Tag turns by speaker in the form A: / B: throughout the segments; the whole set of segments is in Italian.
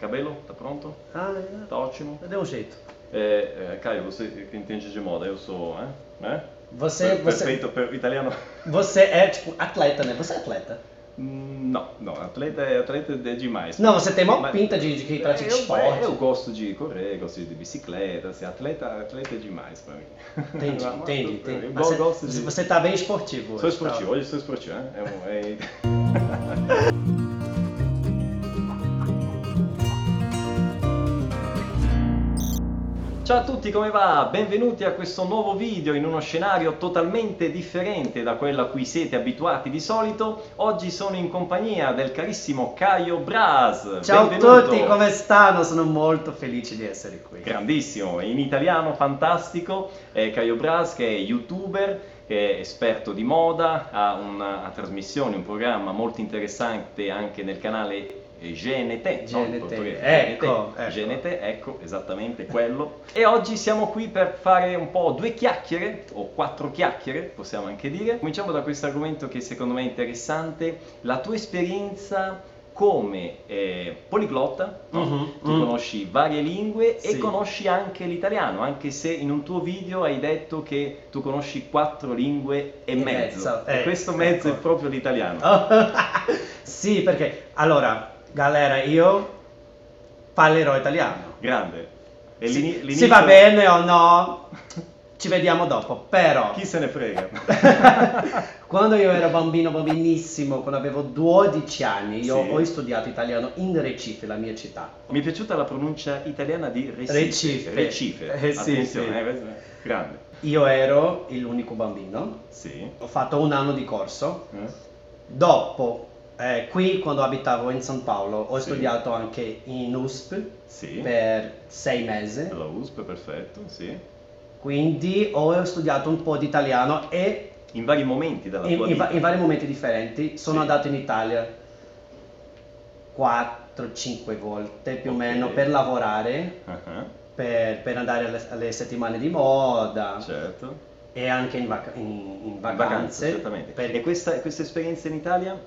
A: Cabelo, tá pronto?
B: Ah, é.
A: Tá ótimo.
B: Deu um jeito.
A: É, é, Caio, você que entende de moda, eu sou, né? né?
B: Você,
A: Per-
B: você,
A: Perfeito, per- italiano.
B: você é, tipo, atleta, né? Você é atleta.
A: Hum, Não, não, atleta é, atleta é demais.
B: Não, você tem mal
A: Mas-
B: pinta de, de que pratica
A: eu, é,
B: esporte.
A: eu gosto de correr, gosto de bicicleta, assim, atleta, atleta é demais pra mim.
B: Entendi,
A: Mas
B: entendi,
A: eu-
B: entendi.
A: Eu
B: Mas você,
A: gosto de...
B: você tá bem esportivo.
A: Sou
B: hoje, tá?
A: esportivo, hoje sou esportivo, né? É um- é- Ciao a tutti, come va? Benvenuti a questo nuovo video in uno scenario totalmente differente da quello a cui siete abituati di solito. Oggi sono in compagnia del carissimo Caio Bras.
B: Ciao a
A: Benvenuto.
B: tutti, come stanno? Sono molto felice di essere qui.
A: Grandissimo, in italiano fantastico, è Caio Bras che è youtuber, che è esperto di moda, ha una trasmissione, un programma molto interessante anche nel canale eh, GNT, no?
B: GNT,
A: Portoghese,
B: ecco,
A: GNT,
B: ecco.
A: GNT, ecco, esattamente quello. E oggi siamo qui per fare un po' due chiacchiere, o quattro chiacchiere, possiamo anche dire. Cominciamo da questo argomento che secondo me è interessante, la tua esperienza come eh, poliglotta, no?
B: Mhm,
A: tu
B: mm.
A: conosci varie lingue e
B: Sì.
A: conosci anche l'italiano, anche se in un tuo video hai detto che tu conosci quattro lingue e,
B: E
A: mezzo.
B: mezzo,
A: E
B: eh,
A: questo mezzo
B: ecco.
A: è proprio l'italiano.
B: sì, perché allora, galera, io parlerò italiano.
A: Grande. E
B: Sì,
A: l'ini-
B: se
A: l'inizio-
B: va bene o no, ci vediamo dopo. Però,
A: Chi se ne frega?
B: quando io ero bambino, bambinissimo, quando avevo 12 anni, io
A: Sì.
B: ho studiato italiano in Recife, la mia città.
A: Mi è piaciuta la pronuncia italiana di Recife.
B: Recife.
A: Recife.
B: Eh, sì,
A: Attenzione,
B: sì.
A: eh, questo è- Grande.
B: Io ero l'unico bambino,
A: Sì.
B: ho fatto un anno di corso,
A: Eh?
B: dopo, eh, qui quando abitavo in San Paolo, ho
A: Sì.
B: studiato anche in USP
A: Sì.
B: per sei mesi.
A: La USP, perfetto, sì.
B: Quindi ho studiato un po' di italiano e
A: In vari momenti della
B: in,
A: tua
B: in va-
A: vita.
B: in vari momenti differenti sono
A: Sì.
B: andato in Italia 4-5 volte più o
A: Ok.
B: meno per lavorare,
A: Ah,
B: per, per andare alle, alle settimane di moda
A: ah, Certo.
B: e anche in, vaca- in- in
A: In
B: vacanze.
A: vacanza, certamente.
B: per-
A: E questa, questa esperienza in Italia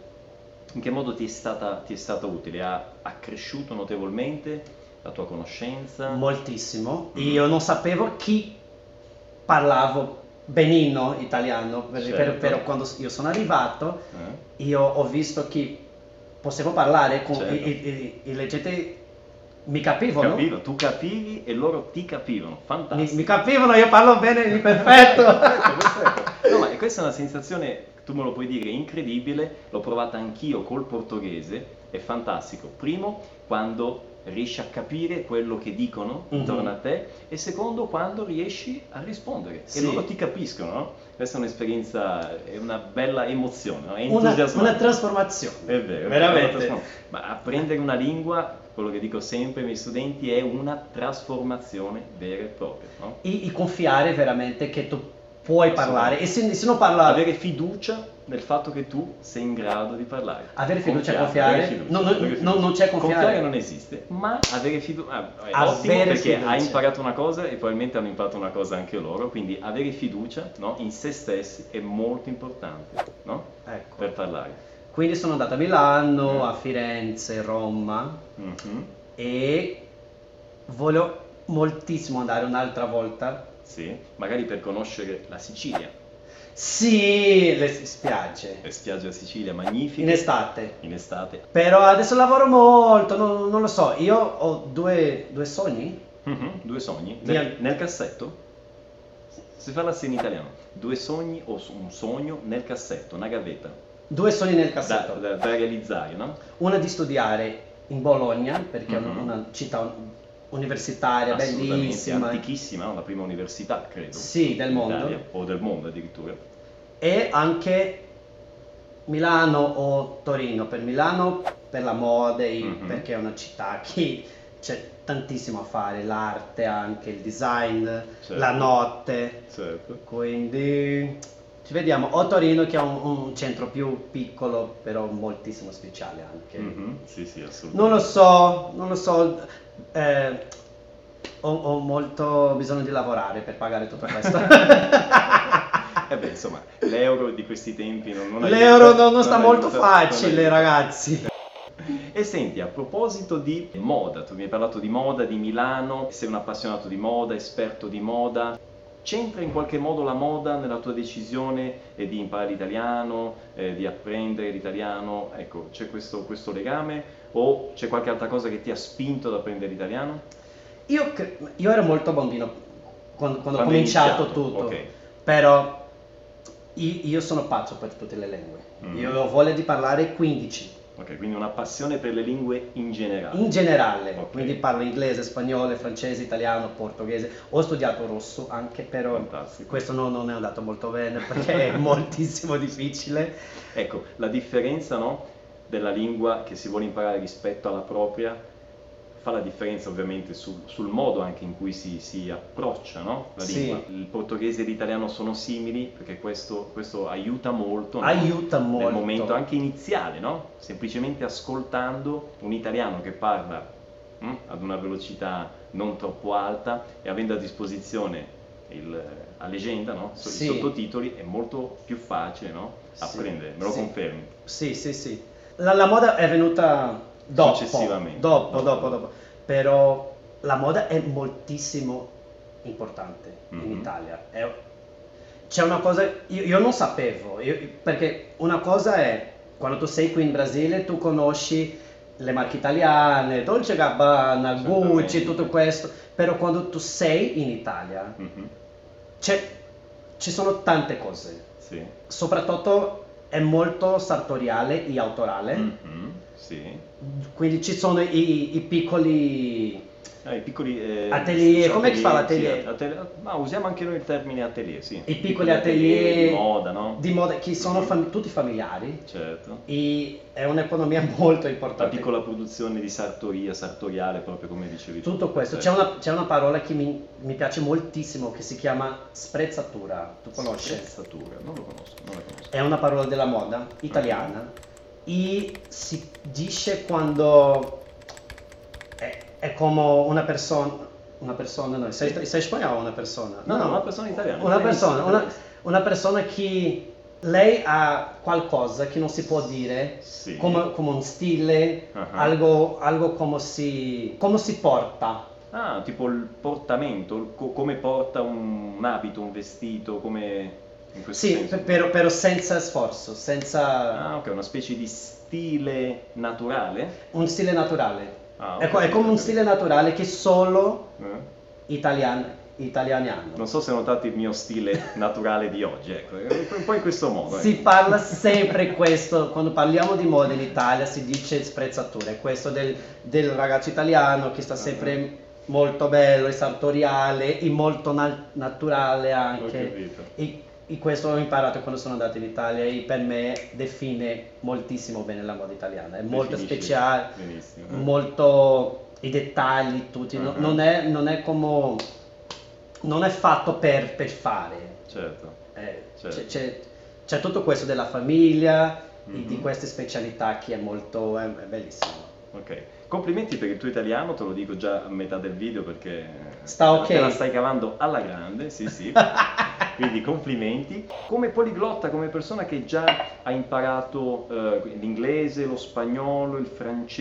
A: in che modo ti è stata, ti è stata utile? Ha accresciuto notevolmente la tua conoscenza?
B: moltissimo.
A: Mm.
B: Io non sapevo chi parlavo benino italiano, per- per-
A: Certo.
B: però quando io sono arrivato
A: Eh?
B: io ho visto che potevo parlare con
A: Certo.
B: e, e- e- e le gente mi capivano
A: Capivo, tu capivi e loro ti capivano,
B: mi,
A: fantastico.
B: mi capivano io parlo bene perfetto
A: Perfetto, perfetto. No, ma questa è una sensazione, tu me lo puoi dire, incredibile, l'ho provata anch'io col portoghese, è fantastico. Primo, quando riesci a capire quello che dicono
B: Mhm.
A: intorno a te e secondo, quando riesci a rispondere e
B: Sì.
A: loro ti capiscono, no? Questa è un'esperienza, è una bella emozione, no? è
B: una,
A: entusiasmante.
B: una trasformazione
A: È vero,
B: veramente
A: è una trasformazione. Ma apprendere una lingua, quello che dico sempre ai miei studenti, è una trasformazione vera e propria, no?
B: e, e confiare veramente che tu puoi parlare e se, se non
A: Ah.
B: parla
A: avere fiducia nel fatto che tu sei in grado di parlare.
B: Avere fiducia e
A: avere
B: confiare? No, no,
A: avere
B: no, non c'è confiare.
A: Confiare non esiste, ma avere fiducia è ottimo
B: Avere
A: perché
B: fiducia.
A: hai imparato una cosa e probabilmente hanno imparato una cosa anche loro, quindi avere fiducia no, in se stessi è molto importante no,
B: ecco.
A: per parlare.
B: quindi sono andato a Milano
A: Mm.
B: a Firenze Roma
A: Mhm,
B: e voglio moltissimo andare un'altra volta
A: Sì, magari per conoscere la Sicilia,
B: sì le spiagge
A: le spiagge a Sicilia magnifiche
B: in estate
A: in estate.
B: Però adesso lavoro molto, non, non lo so, io ho due, due sogni.
A: Mhm, Due sogni
B: Via.
A: nel, nel cassetto? Si parla sì in italiano. Due sogni o s- un sogno nel cassetto, una gavetta
B: Due sogni nel
A: da,
B: cassetto.
A: da- da realizzare, no?
B: Una di studiare in Bologna, perché è
A: Mhm.
B: una, una città un- universitaria,
A: Assolutamente,
B: bellissima.
A: antichissima, no? la prima università, credo.
B: Sì, del
A: in
B: mondo.
A: Italia, o del mondo addirittura.
B: E anche Milano o Torino. Per Milano, per la moda, e-
A: Mhm.
B: perché è una città che c'è tantissimo a fare, l'arte anche, il design,
A: Certo.
B: la notte.
A: Certo.
B: Quindi ci vediamo. O Torino che è un, un centro più piccolo, però moltissimo speciale anche.
A: Mm-hmm. Mhm, Sì, sì,
B: Non
A: assolutamente.
B: lo so, non lo so. eh, ho, ho molto bisogno di lavorare per pagare tutto questo.
A: Eh beh, insomma, l'euro di questi tempi non, non aiuta,
B: L'euro non, non sta molto
A: aiuta, non
B: facile,
A: aiuta.
B: ragazzi.
A: E senti, a proposito di moda, tu mi hai parlato di moda, di Milano, sei un appassionato di moda, esperto di moda. C'entra in qualche modo la moda nella tua decisione eh, di imparare l'italiano, eh, di apprendere l'italiano? Ecco, c'è questo, questo legame o c'è qualche altra cosa che ti ha spinto ad apprendere l'italiano?
B: Io, cre- io ero molto bambino quando, quando ho
A: Quando hai
B: cominciato
A: iniziato,
B: tutto,
A: ok.
B: però i- io sono pazzo per tutte le lingue.
A: Mm.
B: Io ho voglia di parlare 15
A: Ok, quindi una passione per le lingue in generale.
B: in generale,
A: Ok.
B: quindi parlo inglese, spagnolo, francese, italiano, portoghese. Ho studiato rosso anche, però
A: Fantastico.
B: questo no- non è andato molto bene perché è moltissimo difficile.
A: Ecco, la differenza no, della lingua che si vuole imparare rispetto alla propria fa la differenza ovviamente sul, sul modo anche in cui si, si approccia no, la
B: Sì.
A: lingua. Il portoghese e l'italiano sono simili perché questo, questo aiuta molto. no?
B: Aiuta molto.
A: Nel momento anche iniziale, no? Semplicemente ascoltando un italiano che parla mm, ad una velocità non troppo alta e avendo a disposizione il, eh, la leggenda, no? So-
B: Sì.
A: I sottotitoli è molto più facile, no?
B: Sì.
A: Apprendere, me lo
B: Sì.
A: confermi.
B: Sì, sì, sì. La, la moda è venuta dopo,
A: Successivamente.
B: dopo, dopo, dopo. Però la moda è moltissimo importante in
A: Mhm.
B: Italia. È- c'è una cosa, io, io non sapevo, io- perché una cosa è quando tu sei qui in Brasile tu conosci le marche italiane, Dolce Gabbana,
A: Certamente.
B: Gucci, tutto questo, però quando tu sei in Italia
A: Mhm,
B: c'è- ci sono tante cose
A: Sì.
B: soprattutto è molto sartoriale e autorale,
A: Mhm, sì.
B: quindi ci sono i, i piccoli...
A: Ah, I piccoli eh,
B: Atelier, com'è che si fa
A: atelier,
B: l'atelier?
A: sì, atelier- ma usiamo anche noi il termine atelier, sì.
B: I piccoli atelier
A: di moda, no?
B: Di moda, che sono
A: Mhm.
B: fam- tutti familiari
A: Certo.
B: e è un'economia molto
A: La
B: importante.
A: piccola produzione di sartoria, sartoriale, proprio come dicevi tu.
B: Tutto questo, c'è
A: Certo.
B: una, c'è una parola che mi, mi piace moltissimo che si chiama sprezzatura, tu conosci?
A: Sprezzatura, non lo conosco, non la conosco.
B: È una parola della moda italiana e si dice quando è, è come una persona, una persona, no, sei, sei spagnolo o una persona?
A: No, no, una persona italiana.
B: Una
A: italianista,
B: persona, una,
A: italianista.
B: una persona che lei ha qualcosa che non si può dire,
A: Sì.
B: come, come un stile,
A: Ah, ah.
B: algo, algo come, si, come si porta.
A: Ah, tipo il portamento, il co- come porta un abito, un vestito, come... In questo
B: Sì,
A: senso.
B: pe- però, però senza sforzo, senza
A: Ah, ok, una specie di stile naturale.
B: un stile naturale.
A: Ah, ho
B: Ecco, è
A: capito,
B: come un
A: capito.
B: stile naturale che solo
A: Eh?
B: italian- italiani hanno.
A: Non so se notate il mio stile naturale di oggi, ecco, è un po' in questo modo.
B: Si
A: ecco.
B: parla sempre questo, quando parliamo di moda in Italia si dice sprezzatura, è questo del, del ragazzo italiano che sta sempre molto bello, e sartoriale e molto na- naturale
A: Ho
B: anche.
A: capito.
B: E, e questo ho imparato quando sono andato in Italia e per me define moltissimo bene la moda italiana, è molto
A: Definisci.
B: speciale,
A: Benissimo.
B: molto i dettagli, tutti, no-
A: Mhm.
B: non, è, non è come... non è fatto per, per fare.
A: Certo.
B: Eh,
A: Certo.
B: c'è, c'è- c'è tutto questo della famiglia e
A: Mhm.
B: di queste specialità che è molto è, è bellissimo.
A: Ok, complimenti per il tuo italiano, te lo dico già a metà del video perché
B: Sta ok.
A: te la stai cavando alla grande, sì sì, quindi complimenti. Come poliglotta, come persona che già ha imparato eh, l'inglese, lo spagnolo, il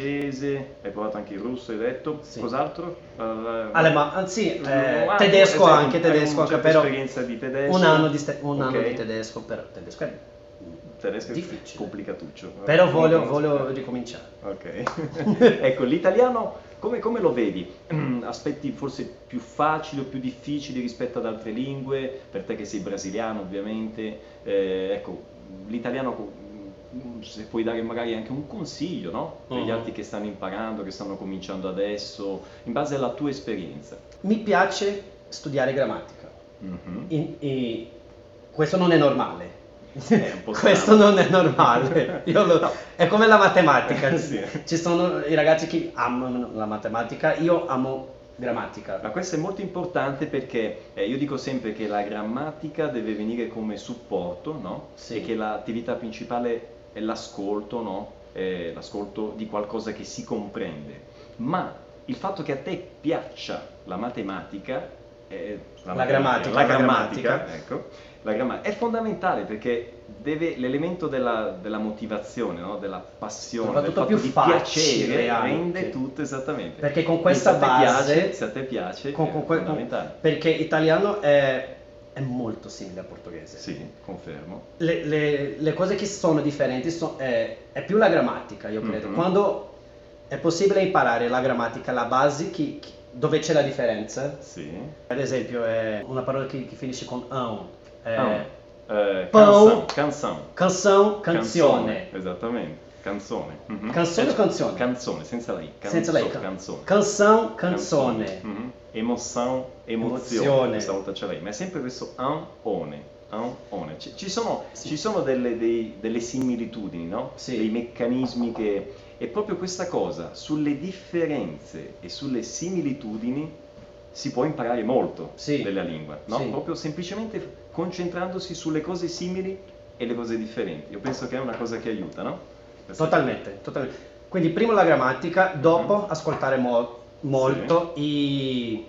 A: francese, hai provato anche il russo, hai detto,
B: Sì.
A: cos'altro? Eh,
B: Alema- anzi,
A: Mm,
B: eh,
A: ah,
B: tedesco
A: eh, sì,
B: anche,
A: hai
B: tedesco
A: un
B: anche,
A: certo
B: però
A: esperienza di tedesco.
B: un anno di, ste- un
A: Ok.
B: anno di tedesco, però tedesco è
A: Tedesco è
B: difficile.
A: complicatuccio.
B: Però
A: Non
B: voglio,
A: conosco.
B: voglio ricominciare.
A: Ok, ecco l'italiano come, come lo vedi? Mm, Aspetti forse più facili o più difficili rispetto ad altre lingue, per te che sei brasiliano ovviamente, Eh, ecco l'italiano co- mm, se puoi dare magari anche un consiglio no? per gli
B: Mhm.
A: altri che stanno imparando, che stanno cominciando adesso, in base alla tua esperienza.
B: Mi piace studiare grammatica.
A: Mhm.
B: In- e questo non è normale.
A: È un po'
B: questo
A: strano.
B: non è normale. Io lo-
A: No.
B: È come la matematica.
A: Sì.
B: Ci sono i ragazzi che amano la matematica, io amo grammatica.
A: Ma questo è molto importante perché eh, io dico sempre che la grammatica deve venire come supporto, no?
B: Sì.
A: E che l'attività principale è l'ascolto, no? Eh, l'ascolto di qualcosa che si comprende. Ma il fatto che a te piaccia la matematica eh,
B: La grammatica,
A: la
B: la
A: grammatica,
B: grammatica.
A: ecco. La gramma- è fondamentale perché deve- l'elemento della, della motivazione, no? della passione, del
B: Soprattutto
A: fatto
B: più
A: di
B: facile
A: piacere
B: anche.
A: rende tutto esattamente.
B: Perché con questa
A: se a te
B: base-
A: piace, se a te piace,
B: Con-
A: è
B: con que- con-
A: fondamentale.
B: perché italiano è, è molto simile al portoghese.
A: Sì, confermo.
B: Le, le- le cose che sono differenti so- è, è più la grammatica, io credo.
A: Mhm.
B: Quando è possibile imparare la grammatica, la base chi- chi- dove c'è la differenza,
A: Sì.
B: ad esempio è una parola che, che finisce con un, è
A: Ah, eh,
B: Pão.
A: canção, canção.
B: canzone, canzone.
A: Esattamente, canzone. Mhm.
B: Canzone o
A: Eh,
B: canzone?
A: Canzone, senza lei.
B: Senza lei, can-
A: Canzone.
B: Canzone, canzone.
A: Mhm. Emoção, emozione.
B: Emozione.
A: Questa volta ce l'hai. Ma è sempre questo an one. an one. Ci, ci sono, ci sono delle, dei- delle similitudini, no?
B: Sì.
A: Dei meccanismi che... E proprio questa cosa, sulle differenze e sulle similitudini si può imparare molto
B: Sì.
A: della lingua, no?
B: Sì.
A: Proprio semplicemente concentrandosi sulle cose simili e le cose differenti. Io penso che è una cosa che aiuta, no? Questa-
B: Totalmente, totalmente. Quindi prima la grammatica, dopo ascoltare mo- molto i,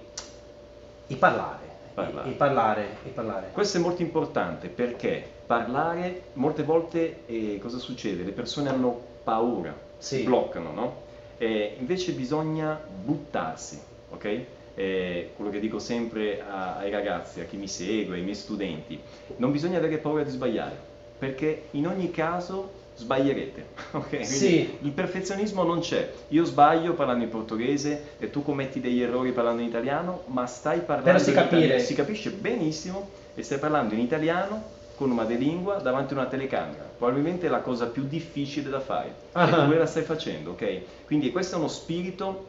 B: i parlare.
A: Parlare.
B: I, i parlare, i parlare.
A: Questo è molto importante perché parlare molte volte eh, cosa succede? Le persone hanno paura,
B: Sì.
A: si bloccano, no? Eh, invece bisogna buttarsi, ok? Eh, quello che dico sempre a- ai ragazzi, a chi mi segue, ai miei studenti, non bisogna avere paura di sbagliare, perché in ogni caso sbaglierete, ok? Quindi
B: Sì.
A: Il perfezionismo non c'è. Io sbaglio parlando in portoghese e tu commetti degli errori parlando in italiano, ma stai parlando
B: si
A: in
B: capire.
A: italiano, si capisce benissimo e stai parlando in italiano con una delingua davanti a una telecamera. Probabilmente è la cosa più difficile da fare.
B: Ah.
A: E tu la stai facendo, ok? Quindi questo è uno spirito,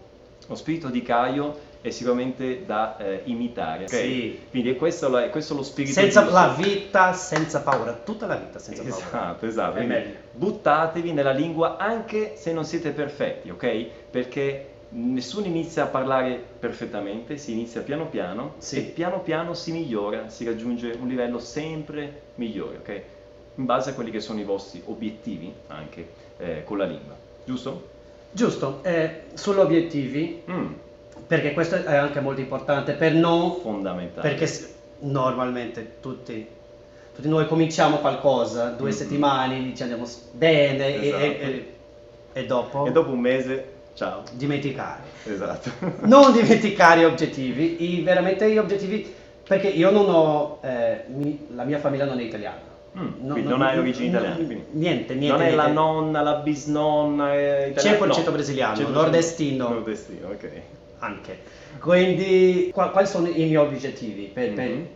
A: lo spirito di Caio è sicuramente da eh, imitare. ok?
B: Sì.
A: Quindi è questo, la- è questo lo spirito
B: Senza
A: giusto.
B: la vita, senza paura, tutta la vita senza paura.
A: Esatto, esatto.
B: È
A: Quindi
B: meglio.
A: buttatevi nella lingua anche se non siete perfetti, ok? Perché nessuno inizia a parlare perfettamente, si inizia piano piano
B: Sì.
A: e piano piano si migliora, si raggiunge un livello sempre migliore, ok? In base a quelli che sono i vostri obiettivi anche eh, con la lingua, giusto?
B: Giusto, eh, sugli obiettivi,
A: Mm,
B: perché questo è anche molto importante, per non...
A: fondamentale.
B: Perché s- normalmente tutti, tutti noi cominciamo qualcosa, due
A: Mhm.
B: settimane, ci andiamo s- bene e- e,
A: Esatto.
B: e- e dopo...
A: E dopo un mese, ciao.
B: dimenticare.
A: Esatto.
B: Non dimenticare gli obiettivi, i- veramente gli obiettivi, perché io non ho, eh, mi- la mia famiglia non è italiana.
A: Mm,
B: No-
A: quindi non hai origini
B: no-
A: italiane, quindi.
B: Niente, niente.
A: non è la
B: niente.
A: nonna, la bisnonna eh, italiana.
B: 100%
A: no.
B: brasiliano,
A: 100%
B: nordestino.
A: Nordestino, ok.
B: Anche. Quindi, qua- quali sono i miei obiettivi per, per-
A: Mhm.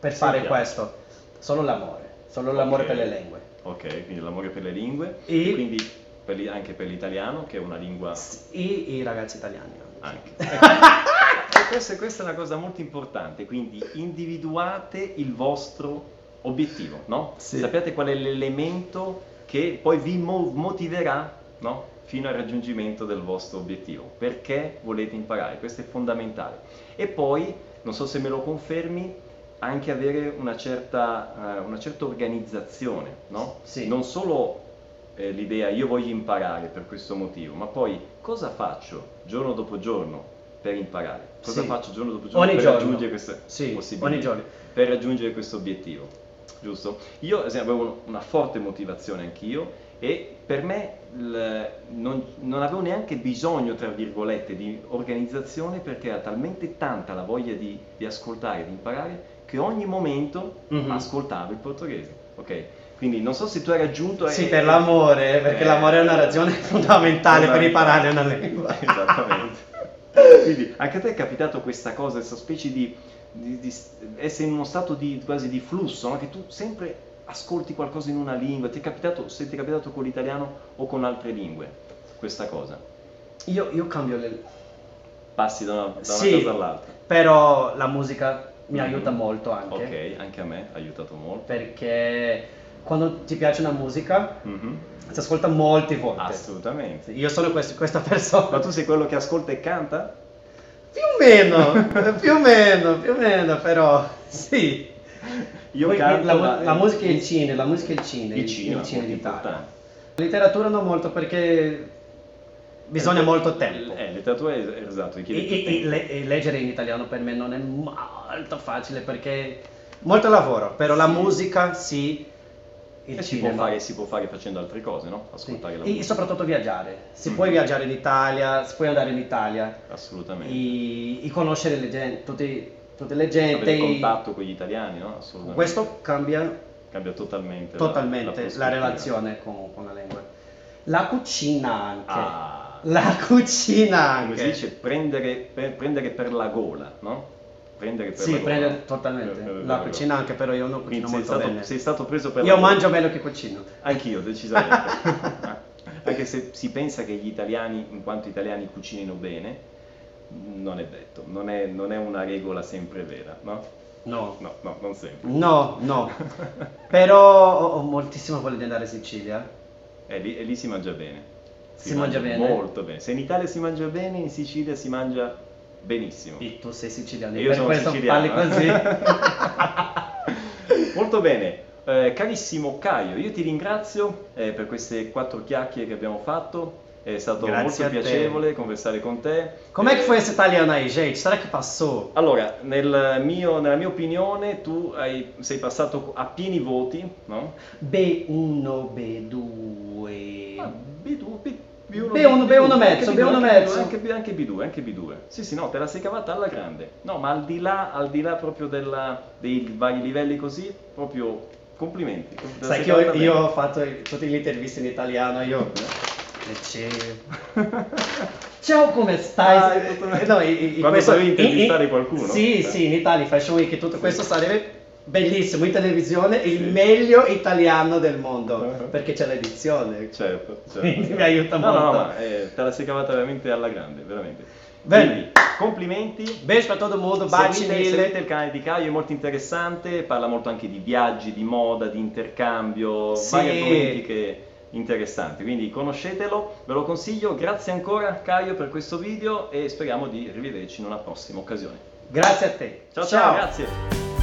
B: per fare
A: Sentiamo.
B: questo? Solo l'amore, solo l'amore
A: Ok.
B: per le lingue.
A: Ok, quindi l'amore per le lingue
B: E-
A: e, quindi per li- anche per l'italiano che è una lingua
B: S- E i ragazzi italiani.
A: anche. e questa, questa è una cosa molto importante, quindi individuate il vostro obiettivo, no?
B: Sì.
A: Sappiate qual è l'elemento che poi vi mo- motiverà, no? Fino al raggiungimento del vostro obiettivo. Perché volete imparare? Questo è fondamentale. E poi, non so se me lo confermi, anche avere una certa, eh, una certa organizzazione, no?
B: Sì.
A: Non solo eh, l'idea io voglio imparare per questo motivo, ma poi cosa faccio giorno dopo giorno per imparare? Cosa
B: Sì.
A: faccio giorno dopo giorno
B: Ogni
A: per
B: giorno.
A: raggiungere questa
B: Sì,
A: possibilità?
B: ogni giorno.
A: Per raggiungere questo obiettivo, giusto? Io ad esempio, avevo una forte motivazione anch'io e per me il- non, non avevo neanche bisogno, tra virgolette, di organizzazione perché era talmente tanta la voglia di, di ascoltare, di imparare, che ogni momento
B: Mhm.
A: ascoltavo il portoghese, ok? Quindi non so se tu hai raggiunto...
B: Sì,
A: eh,
B: per l'amore, perché
A: eh,
B: l'amore è una ragione fondamentale per imparare una lingua.
A: Esattamente. Quindi anche a te è capitato questa cosa, questa specie di, di- di s- essere in uno stato di, quasi di flusso, no? che tu sempre ascolti qualcosa in una lingua, ti è capitato, se ti è capitato con l'italiano o con altre lingue, questa cosa.
B: Io, io cambio le...
A: Passi da una, da una
B: Sì.
A: cosa all'altra.
B: Però la musica mi
A: Mhm.
B: aiuta molto anche.
A: Ok, anche a me ha aiutato molto.
B: Perché quando ti piace una musica
A: Mhm.
B: si ascolta molte volte.
A: Assolutamente.
B: Io sono quest- questa persona.
A: Ma tu sei quello che ascolta e canta?
B: Più o meno, più o meno, più o meno, però sì.
A: Io
B: Poi
A: canto,
B: la,
A: ma-
B: la musica e il cinema, la musica e il cinema,
A: Il cinema, molto
B: d'Italia.
A: importante.
B: Letteratura non molto perché Bisogna molto tempo.
A: Eh, letteratura es- esatto, richiede più
B: E, e-
A: tempo.
B: e le- e leggere in italiano per me non è molto facile perché molto lavoro, però la musica sì, il
A: E si può,
B: cinema.
A: fare, si può fare facendo altre cose, no?
B: sì.
A: Ascoltare la
B: E
A: musica.
B: soprattutto viaggiare. Si
A: Mm.
B: puoi viaggiare in Italia, si puoi andare in Italia
A: Assolutamente.
B: e, e conoscere le gente, tutte, tutte le gente.
A: Avere
B: e-
A: contatto con gli italiani, no? Assolutamente.
B: questo cambia
A: cambia totalmente, la-
B: totalmente la,
A: prospettiva.
B: relazione con, con la lingua. La cucina anche.
A: Ah,
B: La cucina
A: come
B: anche.
A: si dice, prendere per, prendere per la gola, no? Prendere per
B: Sì,
A: la gola.
B: prende totalmente.
A: Per- per- per
B: la
A: gola.
B: cucina anche, però io non
A: Quindi
B: cucino
A: sei
B: molto
A: stato,
B: bene.
A: sei stato preso per la
B: Io
A: gola.
B: mangio meglio che cucino.
A: Anch'io, decisamente. Anche se si pensa che gli italiani, in quanto italiani, cucinino bene, non è detto, non è, non è una regola sempre vera, no?
B: No.
A: No, no, non sempre.
B: No, no. Però ho, ho moltissimo voglia di andare in Sicilia.
A: E Eh, lì, e lì si mangia bene.
B: Si, mangia, bene.
A: Molto bene. Se in Italia si mangia bene, in Sicilia si mangia benissimo.
B: E tu sei siciliano,
A: E
B: e
A: io
B: per
A: sono
B: questo
A: siciliano. eh.
B: parli così.
A: Molto bene. Eh, carissimo Caio, io ti ringrazio eh, per queste quattro chiacchiere che abbiamo fatto. È stato
B: Grazie
A: molto
B: a te.
A: piacevole conversare con te.
B: Com'è
A: Eh,
B: che foi essa italiana aí, gente? Será que passou?
A: Allora, nel mio- nella mia opinione, tu hai- sei passato a pieni voti, no?
B: B1, B2.
A: B2, Ah, B, B1,
B: B1, B1 mezzo,
A: anche B2,
B: B1
A: anche
B: mezzo.
A: B2, Anche, B- anche B2, anche B2. Sì, sì, no, te la sei cavata alla grande. No, ma al di là, al di là proprio della- dei vari livelli così, proprio complimenti. Te la
B: Sai
A: sei
B: che io,
A: cavata bene.
B: io ho fatto tutte le interviste in italiano, io... Eh, Ciao, come stai?
A: Ah, tutto bene.
B: Eh, no, in- in
A: Quando dovevi intervistare qualcuno.
B: Sì,
A: Eh.
B: sì, in Italia, Fashion Week e tutto
A: Sì.
B: questo sarebbe bellissimo, in televisione il
A: Sì.
B: meglio italiano del mondo,
A: Uh-huh.
B: perché c'è l'edizione.
A: Certo, certo.
B: Quindi mi aiuta
A: No, no,
B: molto.
A: ma eh, te la sei cavata veramente alla grande, veramente.
B: Bene.
A: Quindi, complimenti.
B: Beijo per tutto il mondo, baci
A: Seguite,
B: mille.
A: seguite il canale di Caio, è molto interessante, parla molto anche di viaggi, di moda, di intercambio,
B: Sì.
A: vari argomenti che- interessanti, quindi conoscetelo, ve lo consiglio, grazie ancora Caio per questo video e speriamo di rivederci in una prossima occasione.
B: Grazie a te.
A: Ciao ciao, grazie!